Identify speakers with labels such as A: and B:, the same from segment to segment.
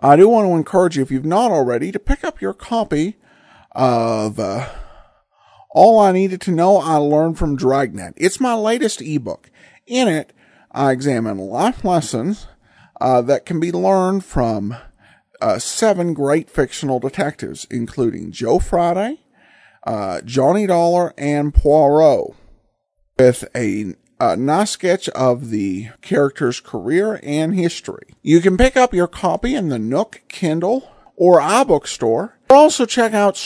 A: I do want to encourage you, if you've not already, to pick up your copy of uh, All I Needed to Know I Learned from Dragnet. It's my latest ebook. In it, I examine life lessons uh, that can be learned from uh, seven great fictional detectives, including Joe Friday, uh, Johnny Dollar, and Poirot, with a a nice sketch of the character's career and history. You can pick up your copy in the Nook, Kindle, or iBookstore. Or also check out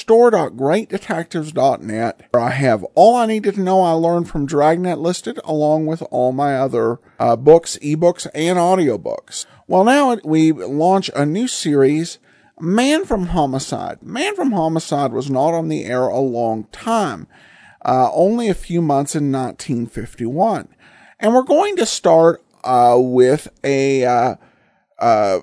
A: store.greatdetectives.net where I have all I needed to know I learned from Dragnet listed along with all my other uh, books, ebooks, and audiobooks. Well, now we launch a new series, Man from Homicide. Man from Homicide was not on the air a long time uh, only a few months in 1951. And we're going to start uh, with a uh, uh,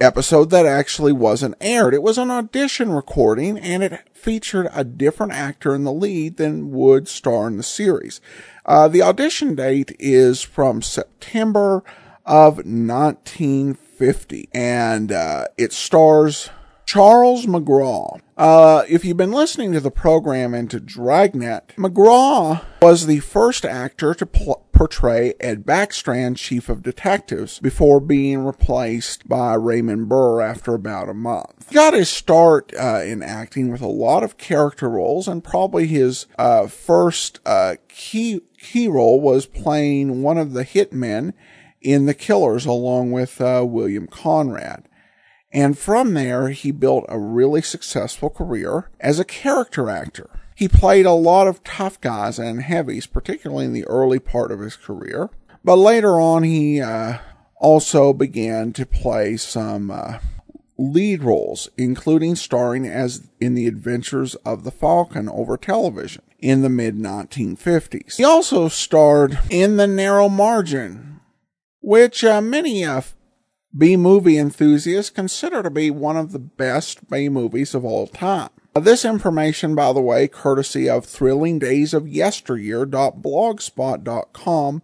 A: episode that actually wasn't aired. It was an audition recording, and it featured a different actor in the lead than would star in the series. Uh, the audition date is from September of 1950, and uh, it stars. Charles McGraw. Uh, if you've been listening to the program and to Dragnet, McGraw was the first actor to pl- portray Ed Backstrand, Chief of Detectives, before being replaced by Raymond Burr after about a month. He got his start uh, in acting with a lot of character roles, and probably his uh, first uh, key key role was playing one of the hitmen in The Killers, along with uh, William Conrad. And from there, he built a really successful career as a character actor. He played a lot of tough guys and heavies, particularly in the early part of his career. But later on, he uh, also began to play some uh, lead roles, including starring as in The Adventures of the Falcon over television in the mid 1950s. He also starred in The Narrow Margin, which uh, many uh, B movie enthusiasts consider to be one of the best B movies of all time. This information, by the way, courtesy of Thrilling Days of Yesteryear.blogspot.com,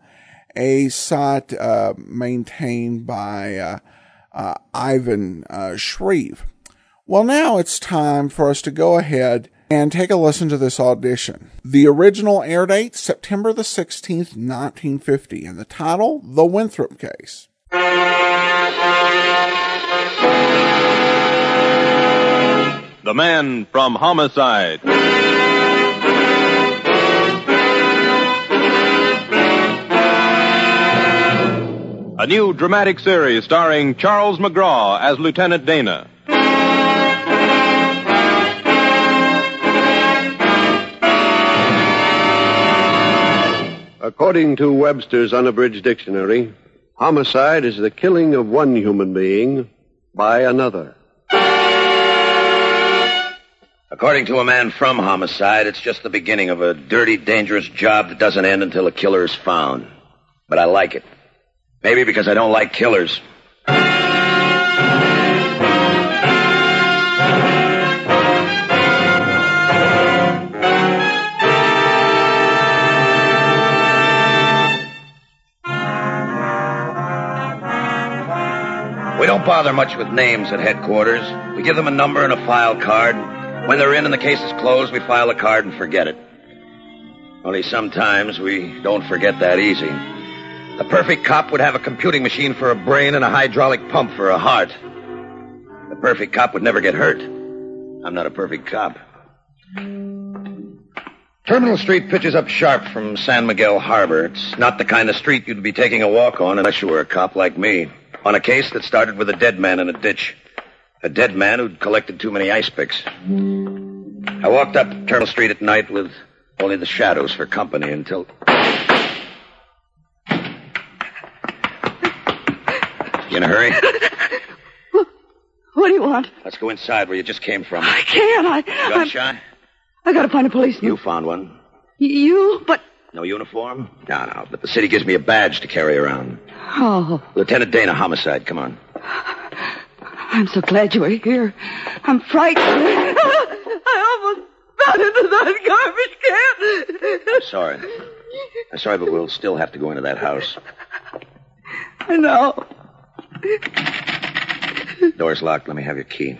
A: a site uh, maintained by uh, uh, Ivan uh, Shreve. Well, now it's time for us to go ahead and take a listen to this audition. The original air date, September the 16th, 1950, and the title, The Winthrop Case.
B: The man from homicide. A new dramatic series starring Charles McGraw as Lieutenant Dana.
C: According to Webster's Unabridged Dictionary, homicide is the killing of one human being by another.
D: According to a man from Homicide, it's just the beginning of a dirty, dangerous job that doesn't end until a killer is found. But I like it. Maybe because I don't like killers. We don't bother much with names at headquarters. We give them a number and a file card. When they're in and the case is closed, we file the card and forget it. Only sometimes we don't forget that easy. The perfect cop would have a computing machine for a brain and a hydraulic pump for a heart. The perfect cop would never get hurt. I'm not a perfect cop. Terminal Street pitches up sharp from San Miguel Harbor. It's not the kind of street you'd be taking a walk on unless you were a cop like me. On a case that started with a dead man in a ditch. A dead man who'd collected too many ice picks. I walked up Terminal Street at night with only the shadows for company until. You in a hurry?
E: What do you want?
D: Let's go inside where you just came from.
E: I can't. I.
D: Gun
E: I,
D: shy?
E: I gotta find a policeman.
D: You found one.
E: You? But.
D: No uniform? No, no. But the city gives me a badge to carry around.
E: Oh,
D: Lieutenant Dana, homicide. Come on.
E: I'm so glad you were here. I'm frightened. I almost fell into that garbage can.
D: I'm sorry. I'm sorry, but we'll still have to go into that house.
E: I know.
D: Door's locked. Let me have your key.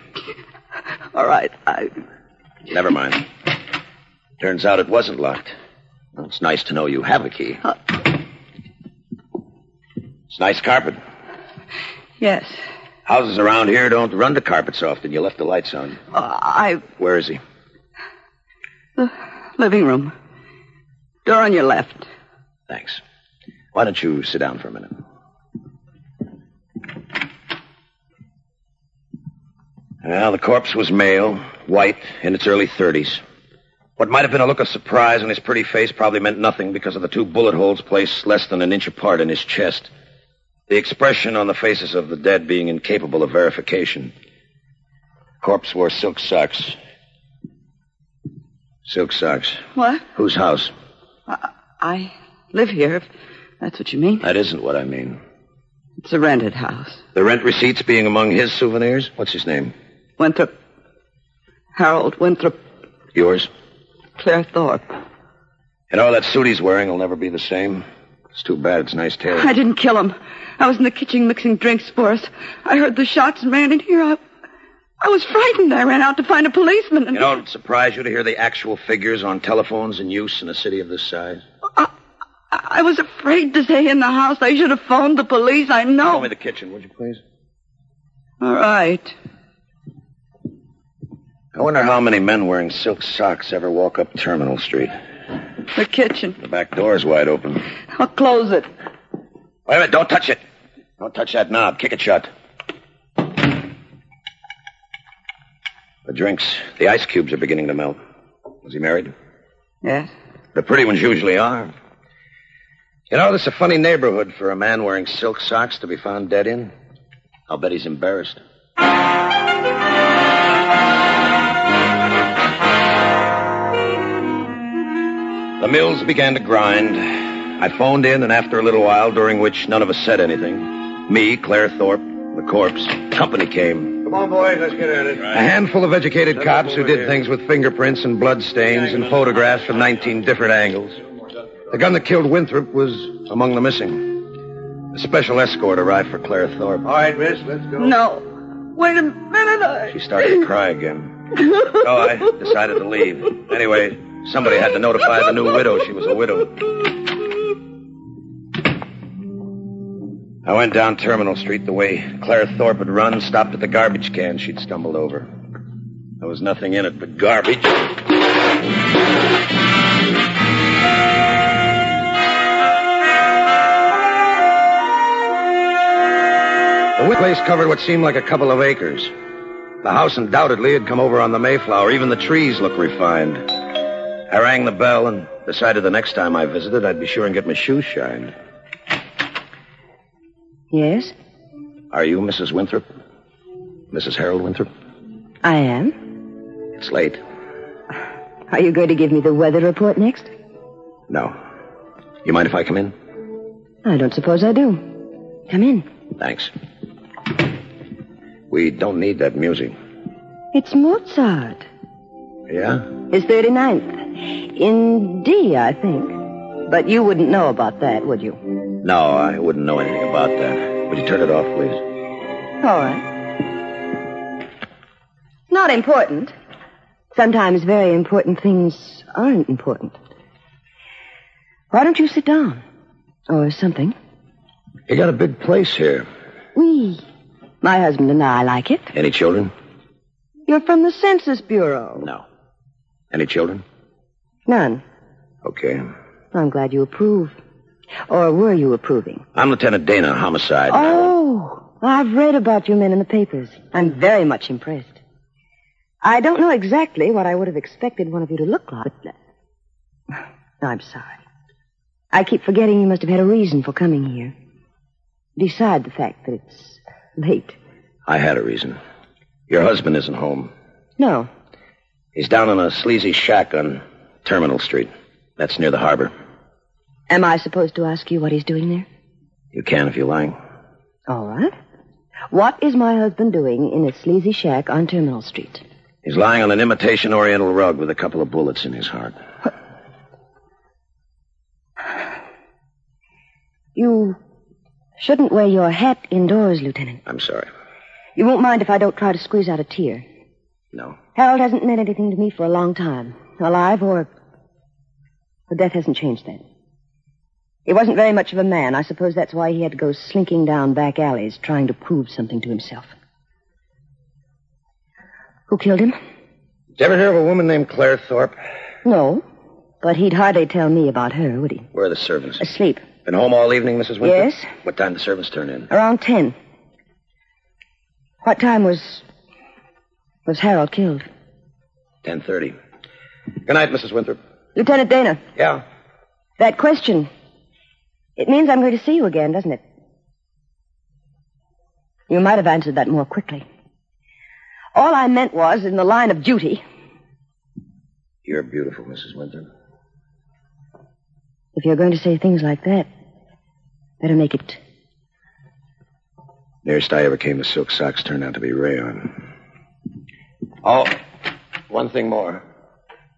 E: All right. I.
D: Never mind. Turns out it wasn't locked. Well, it's nice to know you have a key. It's nice carpet.
E: Yes.
D: Houses around here don't run the carpets often. You left the lights on.
E: Uh, I.
D: Where is he?
E: Living room. Door on your left.
D: Thanks. Why don't you sit down for a minute? Well, the corpse was male, white, in its early 30s. What might have been a look of surprise on his pretty face probably meant nothing because of the two bullet holes placed less than an inch apart in his chest. The expression on the faces of the dead being incapable of verification. Corpse wore silk socks. Silk socks.
E: What?
D: Whose house?
E: I live here, if that's what you mean.
D: That isn't what I mean.
E: It's a rented house.
D: The rent receipts being among his souvenirs? What's his name?
E: Winthrop. Harold Winthrop
D: Yours?
E: Claire Thorpe.
D: And all that suit he's wearing will never be the same. It's too bad. It's a nice tailor.
E: I didn't kill him. I was in the kitchen mixing drinks for us. I heard the shots and ran in here. I, I was frightened. I ran out to find a policeman. And
D: You know, it would surprise you to hear the actual figures on telephones in use in a city of this size.
E: I was afraid to stay in the house. I should have phoned the police. I
D: Show
E: know.
D: me the kitchen, would you please?
E: All right.
D: I wonder how many men wearing silk socks ever walk up Terminal Street.
E: The kitchen.
D: The back door's wide open. Wait
E: I'll close it.
D: a minute, don't touch it. Don't touch that knob. Kick it shut. The drinks, the ice cubes are beginning to melt. Was he married?
E: Yes.
D: The pretty ones usually are. You know, this is a funny neighborhood for a man wearing silk socks to be found dead in. I'll bet he's embarrassed. The mills began to grind. I phoned in, and after a little while, during which none of us said anything, me, Claire Thorpe, the corpse, company came.
C: Come on, boys, let's get at it.
D: A handful of educated cops who did things with fingerprints and blood stains and photographs from 19 different angles. The gun that killed Winthrop was among the missing. A special escort arrived for Claire Thorpe.
C: All right, miss, let's go.
E: No. Wait a minute. I...
D: She started to cry again. So I decided to leave. Anyway, somebody had to notify the new widow she was a widow. I went down Terminal Street the way Claire Thorpe had run, stopped at the garbage can she'd stumbled over. There was nothing in it but garbage. The place covered what seemed like a couple of acres. The house undoubtedly had come over on the Mayflower. Even the trees look refined. I rang the bell, and Decided the next time I visited, I'd be sure and get my shoes shined.
E: Yes,
D: Are you Mrs. Winthrop? Mrs. Harold Winthrop?
E: I am.
D: It's late.
E: Are you going to give me the weather report next?
D: No. You mind if I come in?
E: I don't suppose I do. Come in.
D: Thanks. We don't need that music.
E: It's Mozart.
D: Yeah?
E: His 39th. In D, I think. But you wouldn't know about that, would you?
D: No, I wouldn't know anything about that. Would you turn it off, please?
E: All right. Not important. Sometimes very important things aren't important. Why don't you sit down? Or something.
D: You got a big place here.
E: We. My husband and I like it.
D: Any children?
E: You're from the Census Bureau.
D: No. Any children?
E: None.
D: Okay.
E: I'm glad you approve. Or were you approving?
D: I'm Lieutenant Dana, homicide.
E: Oh, I've read about you men in the papers. I'm very much impressed. I don't know exactly what I would have expected one of you to look like. but- I'm sorry. I keep forgetting you must have had a reason for coming here. Beside the fact that it's late.
D: I had a reason. Your husband isn't home.
E: No,
D: He's down in a sleazy shack on Terminal Street. That's near the harbor.
E: am I supposed to ask you what he's doing there?
D: You can if you like.
E: All right. What is my husband doing in a sleazy shack on Terminal Street?
D: He's lying on an imitation oriental rug with a couple of bullets in his heart.
E: You shouldn't wear your hat indoors, Lieutenant.
D: I'm sorry.
E: You won't mind if I don't try to squeeze out a tear.
D: No.
E: Harold hasn't meant anything to me for a long time, alive or. But death hasn't changed that. He wasn't very much of a man. I suppose that's why he had to go slinking down back alleys trying to prove something to himself. Who killed him?
D: Did you ever hear of a woman named Claire Thorpe?
E: No. But he'd hardly tell me about her, would he?
D: Where are the servants?
E: Asleep.
D: Been home all evening, Mrs. Winthrop?
E: Yes.
D: What time the servants turn in?
E: Around ten. What time was. was Harold killed?
D: Ten thirty. Good night, Mrs. Winthrop.
E: Lieutenant Dana.
D: Yeah.
E: That question. It means I'm going to see you again, doesn't it? You might have answered that more quickly. All I meant was in the line of duty.
D: You're beautiful, Mrs. Winthrop.
E: If you're going to say things like that, better make it.
D: Nearest I ever came to silk socks turned out to be rayon. Oh, one thing more.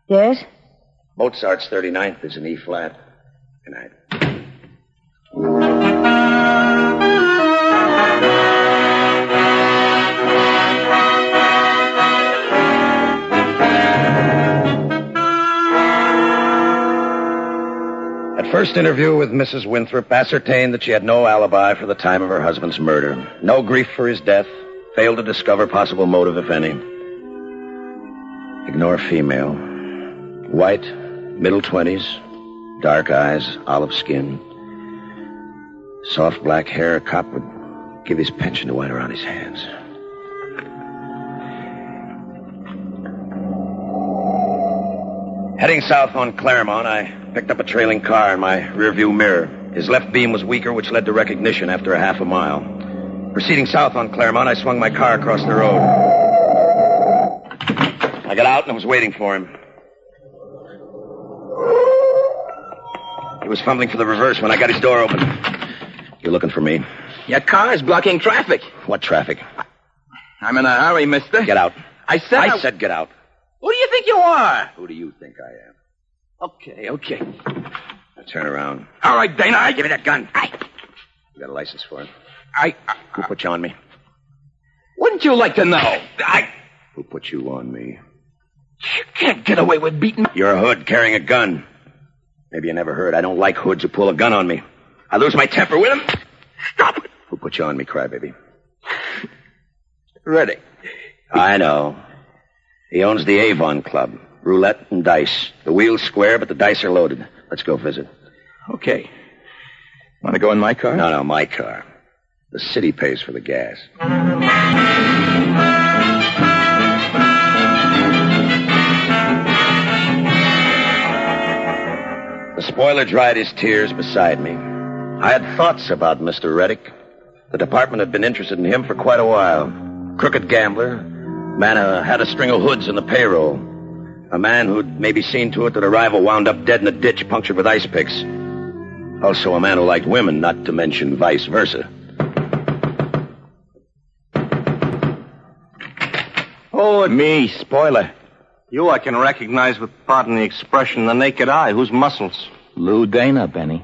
E: Yes?
D: Mozart's 39th is in E flat. Good night. At first interview with Mrs. Winthrop, ascertained that she had no alibi for the time of her husband's murder, no grief for his death, failed to discover possible motive, if any. Ignore female. White, middle 20s, dark eyes, olive skin. Soft black hair, a cop would give his pension to white around his hands. Heading south on Claremont, I picked up a trailing car in my rearview mirror. His left beam was weaker, which led to recognition after a half a mile. Proceeding south on Claremont, I swung my car across the road. I got out and was waiting for him. He was fumbling for the reverse when I got his door open. You're looking for me.
F: Your car is blocking traffic.
D: What traffic?
F: I'm in a hurry, mister.
D: Get out.
F: I said
D: I
F: I-
D: said get out.
F: Who do you think you are?
D: Who do you think I am?
F: Okay, okay.
D: Now turn around.
F: All right, Dana, I give me that gun. I,
D: You got a license for it?
F: I, I
D: Who put you on me?
F: wouldn't you like to know? I
D: Who put you on me?
F: you can't get away with beating.
D: You're a hood carrying a gun. Maybe you never heard. I don't like hoods who pull a gun on me. I lose my temper with them.
F: Stop it.
D: Who put you on me, crybaby?
F: Ready.
D: I know. He owns the Avon Club. Roulette and dice. The wheel's square, but the dice are loaded. Let's go visit.
F: Okay. Want to go in my car?
D: No, no, my car. The city pays for the gas. Doyle dried his tears beside me. I had thoughts about Mr. Reddick. The department had been interested in him for quite a while. Crooked gambler, man who had a string of hoods in the payroll, a man who'd maybe seen to it that a rival wound up dead in a ditch punctured with ice picks. Also, a man who liked women, not to mention vice versa.
B: Oh, me, spoiler. You I can recognize with, pardon the expression, the naked eye. Whose muscles? Lou Dana, Benny.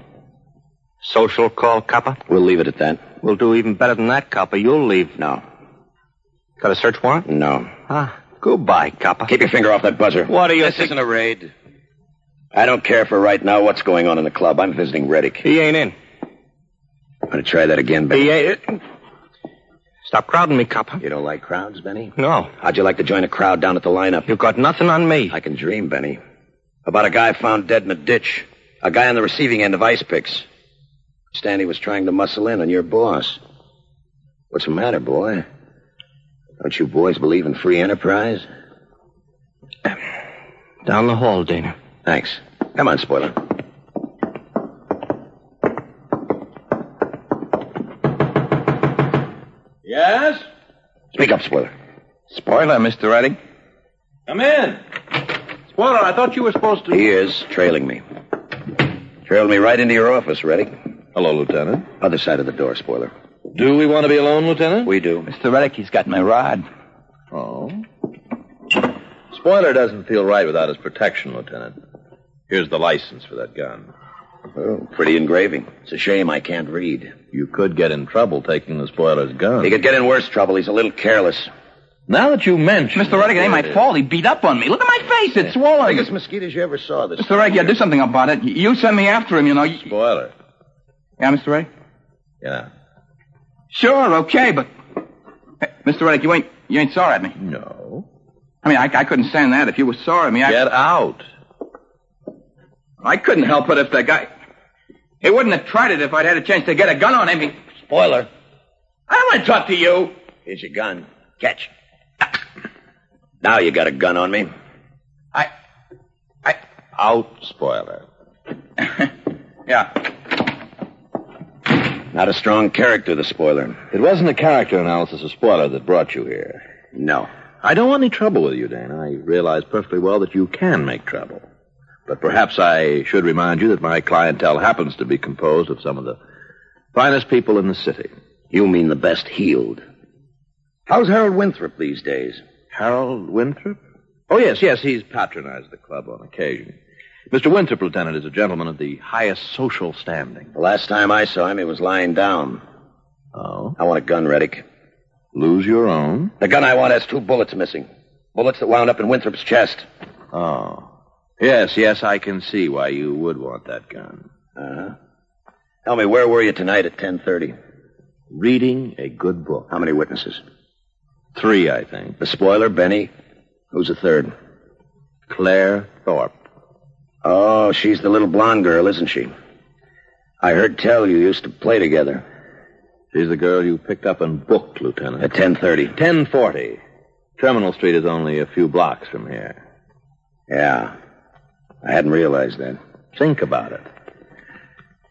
B: Social call, copper?
D: We'll leave it at that.
B: We'll do even better than that, copper. You'll leave now. Got a search warrant?
D: No.
B: Ah, goodbye, copper.
D: Keep your finger off that buzzer.
B: What are you
D: This isn't a raid. I don't care for right now what's going on in the club. I'm visiting Reddick.
B: He ain't in.
D: I'm going to try that again, Benny.
B: He ain't. Stop crowding me, copper.
D: You don't like crowds, Benny?
B: No.
D: How'd you like to join a crowd down at the lineup?
B: You got nothing on me.
D: I can dream, Benny. About a guy found dead in a ditch. A guy on the receiving end of ice picks. Stanley was trying to muscle in on your boss. What's the matter, boy? Don't you boys believe in free enterprise?
B: Down the hall, Dana.
D: Thanks. Come on, spoiler.
B: Yes?
D: Speak up, spoiler.
F: Spoiler, Mr. Redding.
B: Come in. Spoiler, I thought you were supposed to.
D: He is trailing me. Trailed me right into your office, Reddick.
F: Hello, Lieutenant.
D: Other side of the door, spoiler.
F: Do we want to be alone, Lieutenant?
D: We do.
F: Mr. Reddick, he's got my rod. Oh. Spoiler doesn't feel right without his protection, Lieutenant. Here's the license for that gun.
D: Oh, pretty engraving. It's a shame I can't read.
F: You could get in trouble taking the spoiler's gun.
D: He could get in worse trouble. He's a little careless.
F: Now that you mention
G: Mr. Reddick, it ain't my fault. He beat up on me. Look at my face. It's swollen.
D: Biggest mosquitoes you ever saw this.
G: Mr. Reddick, you do something about it. You sent me after him, you know. You-
F: Spoiler.
G: Yeah, Mr. Reddick?
F: Yeah.
G: Sure, okay, but... Hey, Mr. Reddick, you ain't, you ain't sore at me.
F: No.
G: I mean, I, I couldn't stand that. If you were sore at me, I...
F: Get out.
G: I couldn't help it if the guy... He wouldn't have tried it if I'd had a chance to get a gun on him. He-
D: Spoiler.
G: I don't want to talk to you.
D: Here's your gun. Catch. Now you got a gun on me.
G: I...
F: Out, spoiler.
G: Yeah.
D: Not a strong character, the spoiler.
F: It wasn't a character analysis of spoiler that brought you here.
D: No.
F: I don't want any trouble with you, Dana. I realize perfectly well that you can make trouble. But perhaps I should remind you that my clientele happens to be composed of some of the finest people in the city.
D: You mean the best healed. How's Harold Winthrop these days?
F: Harold Winthrop? Oh, yes, yes, he's patronized the club on occasion. Mr. Winthrop, Lieutenant, is a gentleman of the highest social standing.
D: The last time I saw him, he was lying down.
F: Oh?
D: I want a gun, Reddick.
F: Lose your own?
D: The gun I want has two bullets missing. Bullets that wound up in Winthrop's chest.
F: Oh. Yes, yes, I can see why you would want that gun.
D: Uh-huh. Tell me, where were you tonight at 10.30?
F: Reading a good book.
D: How many witnesses?
F: Three, I think.
D: The spoiler, Benny. Who's the third?
F: Claire Thorpe.
D: Oh, she's the little blonde girl, isn't she? I heard tell you used to play together
F: She's the girl you picked up and booked, Lieutenant.
D: at 10.30.
F: 1040. Terminal Street is only a few blocks from here.
D: Yeah. I hadn't realized that.
F: Think about it.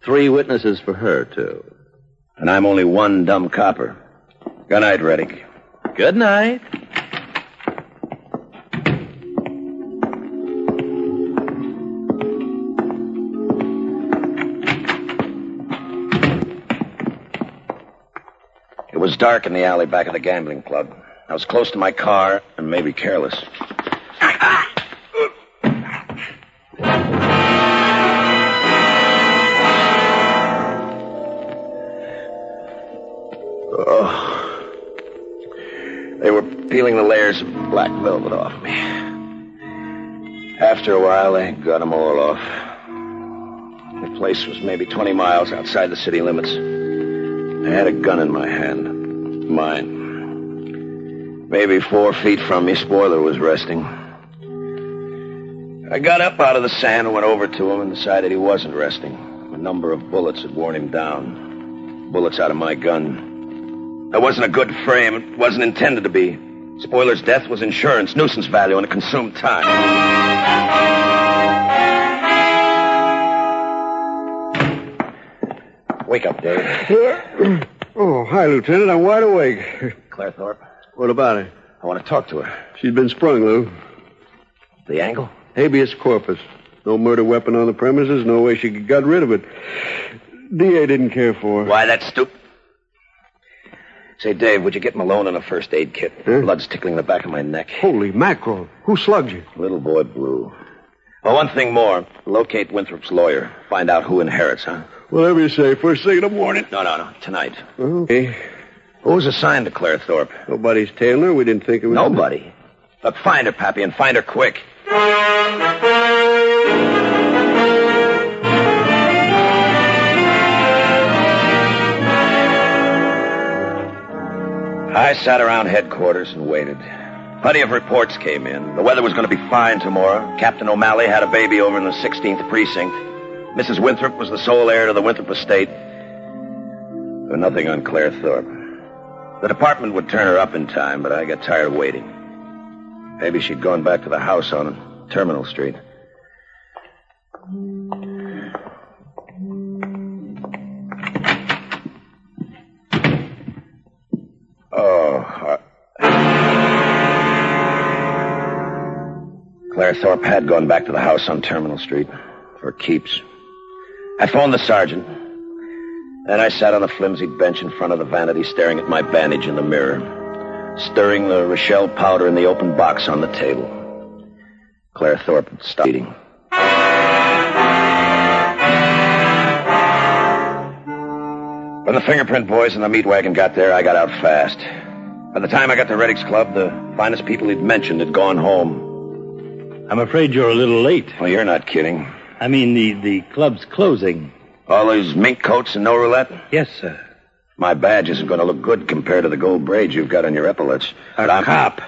F: Three witnesses for her, too.
D: And I'm only one dumb copper. Good night, Reddick.
F: Good night.
D: It was dark in the alley back of the gambling club. I was close to my car and maybe careless. Oh. They were peeling the layers of black velvet off me. After a while, they got 'em all off. The place was maybe 20 miles outside the city limits. I had a gun in my hand. Mine. Maybe four feet from me, Spoiler was resting. I got up out of the sand and went over to him and decided he wasn't resting. A number of bullets had worn him down. Bullets out of my gun. That wasn't a good frame. It wasn't intended to be. Spoiler's death was insurance, nuisance value, and it consumed time. Wake up, Dave.
C: Oh, hi, Lieutenant. I'm wide awake.
D: Claire Thorpe,
C: What about her?
D: I want to talk to her.
C: She's been sprung, Lou.
D: The angle?
C: Habeas corpus. No murder weapon on the premises. No way she got rid of it. DA didn't care for her.
D: Why, that's stupid. Say, Dave, would you get Malone and a first aid kit? Blood's tickling the back of my neck.
C: Holy mackerel. Who slugged you?
D: Little boy blue. Well, one thing more. Locate Winthrop's lawyer. Find out who inherits, huh?
C: Whatever you say, first thing in the morning.
D: No, no, no. Tonight.
C: Okay.
D: Who was assigned to Claire Thorpe?
C: Nobody's tailing her. We didn't think it was.
D: Nobody. Look, find her, Pappy, and find her quick. I sat around headquarters and waited. Plenty of reports came in. The weather was going to be fine tomorrow. Captain O'Malley had a baby over in the 16th precinct. Mrs. Winthrop was the sole heir to the Winthrop estate. But nothing on Claire Thorpe. The department would turn her up in time, but I got tired of waiting. Maybe she'd gone back to the house on Terminal Street. Oh, uh... Claire Thorpe had gone back to the house on Terminal Street for keeps. I phoned the sergeant. Then I sat on the flimsy bench in front of the vanity, staring at my bandage in the mirror, stirring the Rochelle powder in the open box on the table. Claire Thorpe had stopped eating. When the fingerprint boys and the meat wagon got there, I got out fast. By the time I got to Reddick's Club, the finest people he'd mentioned had gone home.
H: I'm afraid you're a little late.
D: Well, you're not kidding.
H: I mean, the, the club's closing.
D: All those mink coats and no roulette?
H: Yes, sir.
D: My badge isn't going to look good compared to the gold braids you've got on your epaulets. But I'm cop.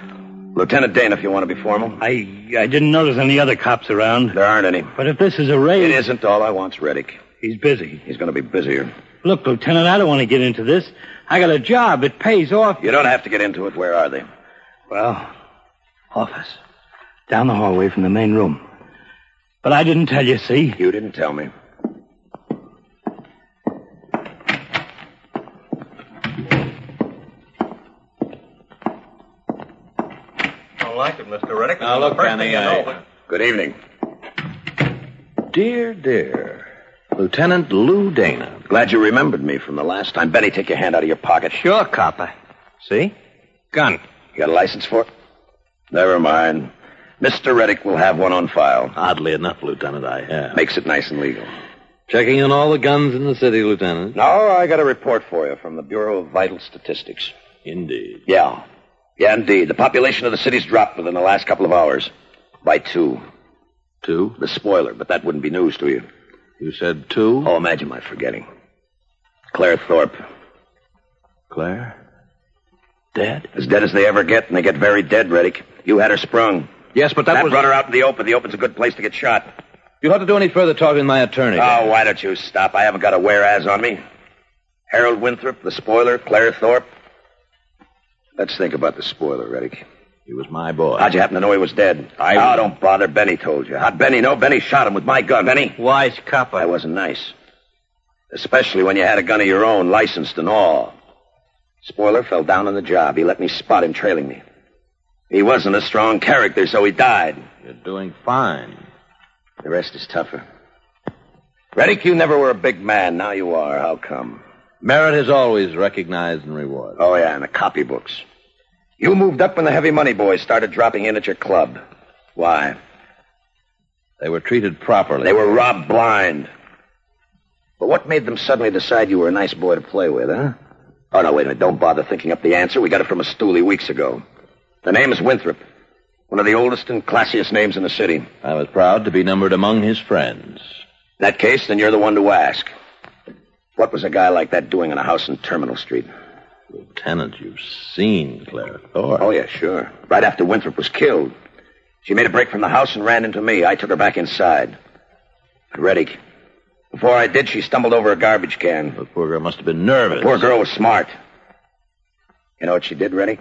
D: Lieutenant Dane, if you want to be formal.
H: I I didn't notice any other cops around.
D: There aren't any.
H: But if this is a raid,
D: It isn't all I want's Reddick.
H: He's busy.
D: He's going to be busier.
H: Look, Lieutenant, I don't want to get into this. I got a job. It pays off.
D: You don't have to get into it. Where are they?
H: Well, office. Down the hallway from the main room. But I didn't tell you, see?
D: You didn't tell me.
G: Don't like it, Mr. Reddick.
F: Now, look, Danny, I...
D: Good evening.
F: Dear, dear. Lieutenant Lou Dana.
D: Glad you remembered me from the last time. Benny, take your hand out of your pocket.
F: Sure, copper. See? Gun.
D: You got a license for it? Never mind. Mr. Reddick will have one on file.
F: Oddly enough, Lieutenant, I have.
D: Makes it nice and legal.
F: Checking in all the guns in the city, Lieutenant.
D: Now, I got a report for you from the Bureau of Vital Statistics.
F: Indeed.
D: Yeah. Yeah, indeed. The population of the city's dropped within the last couple of hours. By two.
F: Two?
D: The spoiler, but that wouldn't be news to you.
F: You said two?
D: Oh, imagine my forgetting. Claire Thorpe.
F: Claire? Dead?
D: As dead as they ever get, and they get very dead, Reddick. You had her sprung.
F: Yes, but
D: That,
F: that, was...
D: brought her out in the open. The open's a good place to get shot.
F: You'll have to do any further talking to my attorney.
D: Oh, why don't you stop? I haven't got a whereas on me. Harold Winthrop, the spoiler, Claire Thorpe. Let's think about the spoiler, Reddick.
F: He was my boy.
D: How'd you happen to know he was dead?
F: I-
D: Oh, don't bother. Benny told you. How'd Benny know? Benny shot him with my gun. Benny?
F: Wise copper.
D: I wasn't nice. Especially when you had a gun of your own, licensed and all. Spoiler fell down on the job. He let me spot him trailing me. He wasn't a strong character, so he died.
F: You're doing fine.
D: The rest is tougher. Reddick, you never were a big man. Now you are. How come?
F: Merit is always recognized and rewarded.
D: Oh, yeah, and the copybooks. You moved up when the heavy money boys started dropping in at your club. Why?
F: They were treated properly.
D: They were robbed blind. But what made them suddenly decide you were a nice boy to play with, huh? Oh, no, wait a minute. Don't bother thinking up the answer. We got it from a stoolie weeks ago. The name is Winthrop. One of the oldest and classiest names in the city. In
F: I was proud to be numbered among his friends.
D: that case, then you're the one to ask. What was a guy like that doing in a house in Terminal Street?
F: Lieutenant, you've seen Claire Thorpe.
D: Oh, yeah, sure. Right after Winthrop was killed. She made a break from the house and ran into me. I took her back inside. But Reddick, before I did, she stumbled over a garbage can.
F: The poor girl must have been nervous.
D: The poor girl was smart. You know what she did, Reddy?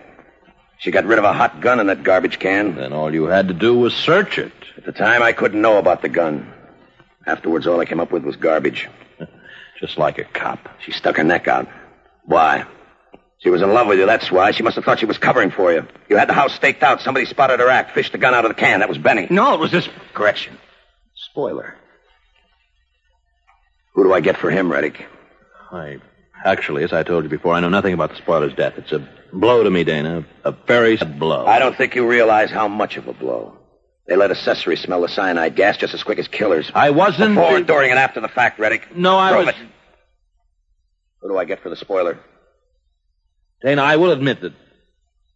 D: She got rid of a hot gun in that garbage can.
F: Then all you had to do was search it.
D: At the time, I couldn't know about the gun. Afterwards, all I came up with was garbage.
F: Just like a cop.
D: She stuck her neck out. Why? She was in love with you, that's why. She must have thought she was covering for you. You had the house staked out. Somebody spotted her act, fished the gun out of the can. That was Benny.
G: No, it was this.
D: Correction. Spoiler. Who do I get for him, Reddick?
F: I actually, as I told you before, I know nothing about the spoiler's death. It's a blow to me, Dana. A very sad blow.
D: I don't think you realize how much of a blow. They let accessories smell the cyanide gas just as quick as killers.
F: I wasn't.
D: Before, during, and after the fact, Reddick.
F: No, I
D: Prove
F: was.
D: it. Who do I get for the spoiler?
F: Dana, I will admit that.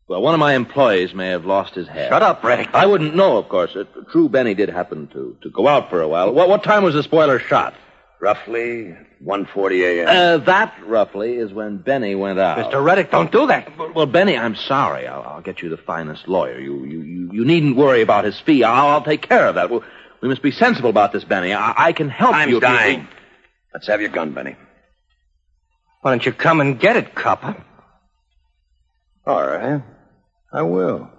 F: Well, one of my employees may have lost his head.
D: Shut up, Reddick.
F: I wouldn't know, of course. It, true, Benny did happen to, to go out for a while. What, what time was the spoiler shot?
D: Roughly 1.40 a.m.
F: Uh, that, roughly, is when Benny went out.
D: Mr.
F: Reddick, don't do that. Well, well, Benny, I'm sorry. I'll, I'll get you the finest lawyer. You, you, you, you needn't worry about his fee. I'll, I'll take care of that. We, we must be sensible about this, Benny. I, I can help
D: Time's
F: you. if you-
D: dying. Let's have your gun, Benny.
G: Why don't you come and get it, cop?
D: All right. I will.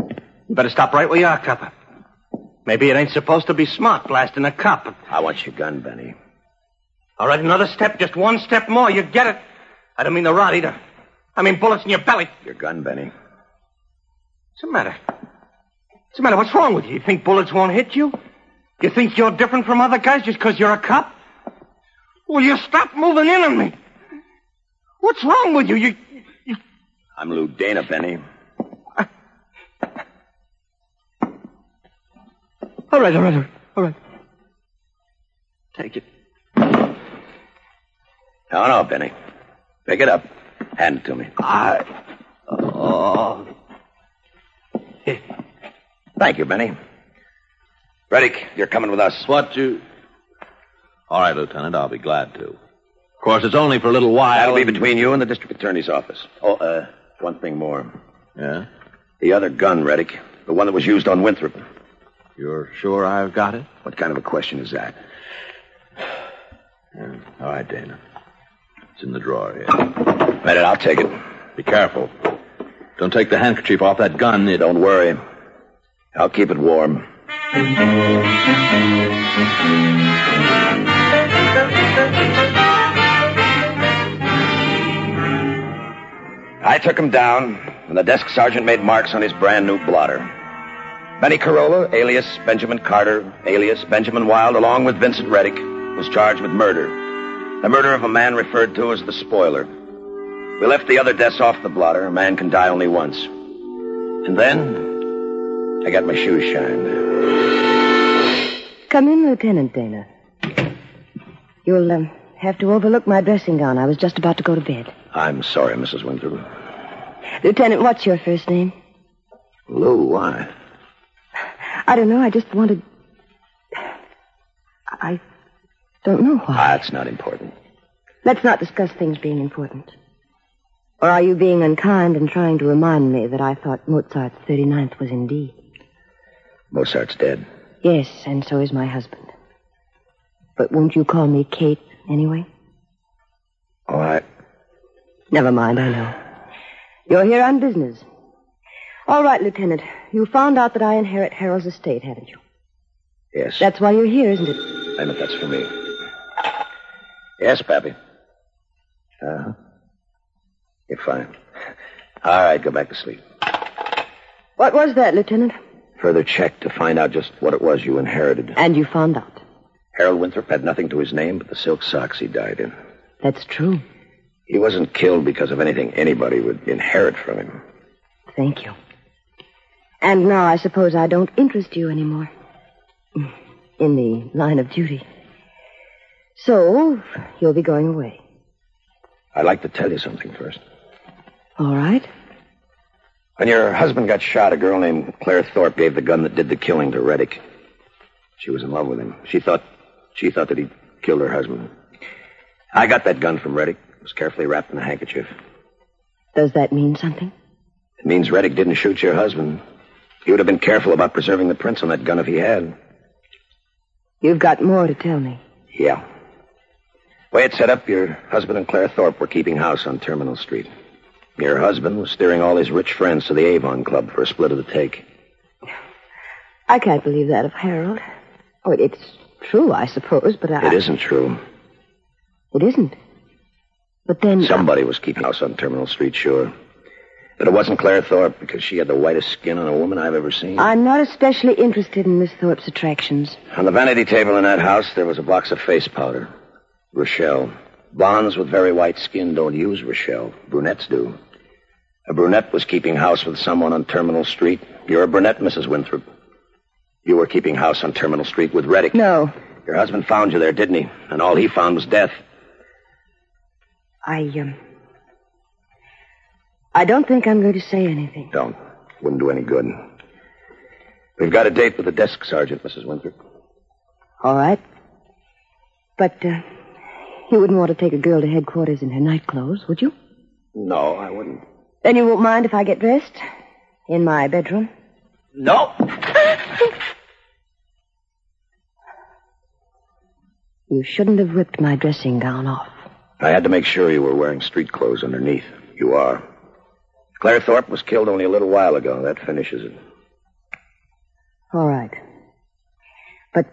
G: You better stop right where you are, cop. Maybe it ain't supposed to be smart blasting a cop.
D: I want your gun, Benny.
G: All right, another step, just one step more. You get it. I don't mean the rod either. I mean bullets in your belly.
D: Your gun, Benny.
G: What's the matter? What's the matter? What's wrong with you? You think bullets won't hit you? You think you're different from other guys just because you're a cop? Will you stop moving in on me? What's wrong with you? You
D: I'm Lou Dana, Benny.
G: All right, all right, all right, all right. Take it.
D: No, no, Benny. Pick it up. Hand it to me.
G: I. Oh. Here.
D: Thank you, Benny. Reddick, you're coming with us.
F: What you. All right, Lieutenant, I'll be glad to. Of course, it's only for a little while.
D: That'll be
F: and-
D: between you and the district attorney's office. um, Oh, uh, one thing more.
F: Yeah?
D: The other gun, Reddick. The one that was used on Winthrop.
F: You're sure I've got it?
D: What kind of a question is that?
F: Yeah. All right, Dana. It's in the drawer here.
D: Minute, I'll take it.
F: Be careful. Don't take the handkerchief off that gun. It
D: Don't worry. I'll keep it warm. I took him down, and the desk sergeant made marks on his brand new blotter. Benny Carolla, alias Benjamin Carter, alias Benjamin Wild, along with Vincent Reddick, was charged with murder. The murder of a man referred to as the spoiler. We left the other deaths off the blotter. A man can die only once. And then I got my shoes shined.
E: Come in, Lieutenant Dana. You'll um, have to overlook my dressing gown. I was just about to go to bed.
D: I'm sorry, Mrs. Winthrop.
E: Lieutenant, what's your first name?
D: Lou, why?
E: I don't know. I just wanted. I don't know why.
D: Ah, it's not important.
E: Let's not discuss things being important. Or are you being unkind and trying to remind me that I thought Mozart's 39th was in D?
D: Mozart's dead.
E: Yes, and so is my husband. But won't you call me Kate anyway?
D: All right.
E: Never mind, I know. You're here on business. All right, Lieutenant. You found out that I inherit Harold's estate, haven't you?
D: Yes.
E: That's why you're here, isn't it?
D: Wait a minute, that's for me. Yes, Pappy. Uh huh. You're fine. All right, go back to sleep.
E: What was that, Lieutenant?
D: Further check to find out just what it was you inherited.
E: And you found out.
D: Harold Winthrop had nothing to his name but the silk socks he died in.
E: That's true.
D: He wasn't killed because of anything anybody would inherit from him.
E: Thank you. And now I suppose I don't interest you anymore. Mm, In the line of duty. So, you'll be going away.
D: I'd like to tell you something first.
E: All right.
D: When your husband got shot, a girl named Claire Thorpe gave the gun that did the killing to Reddick. She was in love with him. She thought she thought that he killed her husband. I got that gun from Reddick. It was carefully wrapped in a handkerchief.
E: Does that mean something?
D: It means Reddick didn't shoot your husband. He would have been careful about preserving the prints on that gun if he had.
E: You've got more to tell me.
D: Yeah. Way it set up, your husband and Claire Thorpe were keeping house on Terminal Street. Your husband was steering all his rich friends to the Avon Club for a split of the take.
E: I can't believe that of Harold. Oh, it's true, I suppose, but I.
D: It isn't true.
E: It isn't. But then.
D: Somebody was keeping house on Terminal Street, sure. But it wasn't Claire Thorpe because she had the whitest skin on a woman I've ever seen.
E: I'm not especially interested in Miss Thorpe's attractions.
D: On the vanity table in that house, there was a box of face powder. Rochelle. Blondes with very white skin don't use Rochelle. Brunettes do. A brunette was keeping house with someone on Terminal Street. You're a brunette, Mrs. Winthrop. You were keeping house on Terminal Street with Reddick.
E: No.
D: Your husband found you there, didn't he? And all he found was death.
E: I, um. I don't think I'm going to say anything.
D: Don't. Wouldn't do any good. We've got a date with the desk sergeant, Mrs. Winthrop.
E: All right. But, uh. You wouldn't want to take a girl to headquarters in her night clothes, would you?
D: No, I wouldn't.
E: Then you won't mind if I get dressed? In my bedroom?
D: No.
E: You shouldn't have ripped my dressing gown off.
D: I had to make sure you were wearing street clothes underneath. You are. Claire Thorpe was killed only a little while ago. That finishes it.
E: All right. But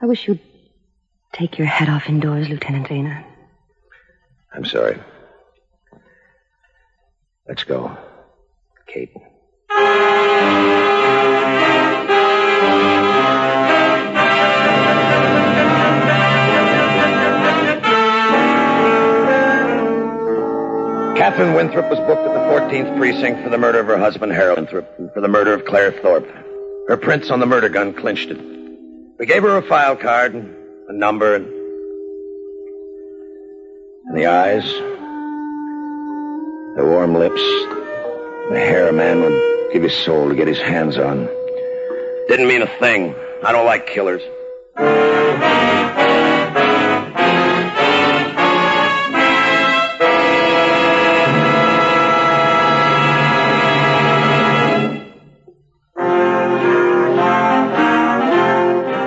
E: I wish you'd take your hat off indoors, Lieutenant Rayner.
D: I'm sorry. Let's go, Kate. Catherine Winthrop was booked at the 14th Precinct for the murder of her husband, Harold Winthrop, and for the murder of Claire Thorpe. Her prints on the murder gun clinched it. We gave her a file card and a number and, and the eyes, the warm lips, the hair a man would give his soul to get his hands on. Didn't mean a thing. I don't like killers.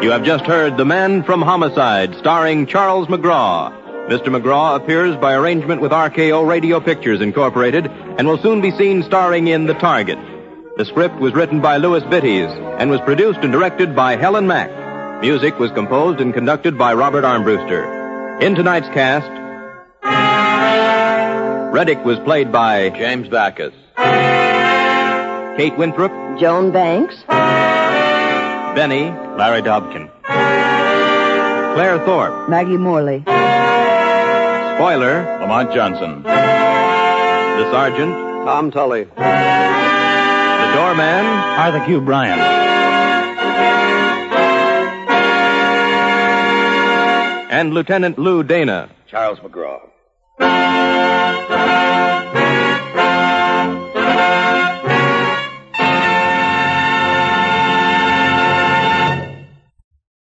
F: You have just heard The Man from Homicide, starring Charles McGraw. Mr. McGraw appears by arrangement with RKO Radio Pictures Incorporated and will soon be seen starring in The Target. The script was written by Louis Bitties and was produced and directed by Helen Mack. Music was composed and conducted by Robert Armbruster. In tonight's cast, Reddick was played by James Backus. Kate Winthrop,
E: Joan Banks,
F: Benny, Larry Dobkin. Claire Thorpe,
E: Maggie Morley,
F: Spoiler, Lamont Johnson. The Sergeant, Tom Tully. The Doorman, Arthur Q. Bryan. And Lieutenant Lou Dana.
D: Charles McGraw.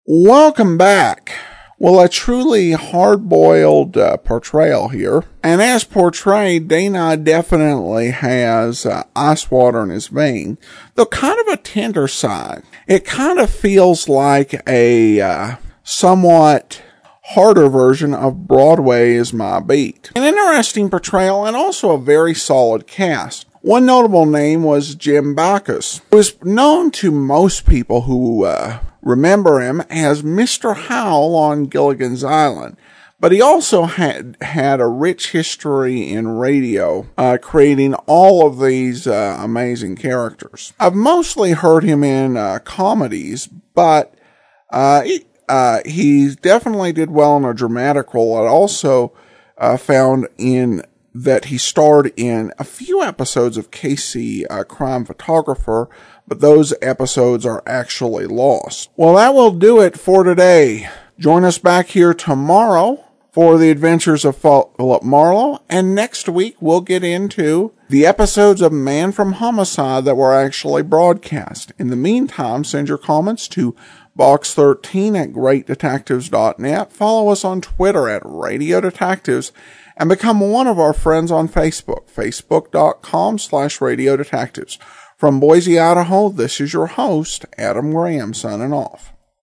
A: Welcome back. Well, a truly hard boiled uh, portrayal here. And as portrayed, Dana definitely has uh, ice water in his vein, though kind of a tender side. It kind of feels like a uh, somewhat harder version of Broadway is My Beat. An interesting portrayal and also a very solid cast. One notable name was Jim Backus, who is known to most people who uh, remember him as Mr. Howell on Gilligan's Island. But he also had had a rich history in radio, uh, creating all of these uh, amazing characters. I've mostly heard him in uh, comedies, but uh, he, uh, he definitely did well in a dramatic role. I also uh, found in that he starred in a few episodes of Casey uh, Crime Photographer, but those episodes are actually lost. Well, that will do it for today. Join us back here tomorrow for the adventures of Phil- Philip Marlowe, and next week we'll get into the episodes of Man from Homicide that were actually broadcast. In the meantime, send your comments to box13 at greatdetectives.net. Follow us on Twitter at Radio Detectives and become one of our friends on Facebook, facebook.com slash radio detectives. From Boise, Idaho, this is your host, Adam Graham, signing off.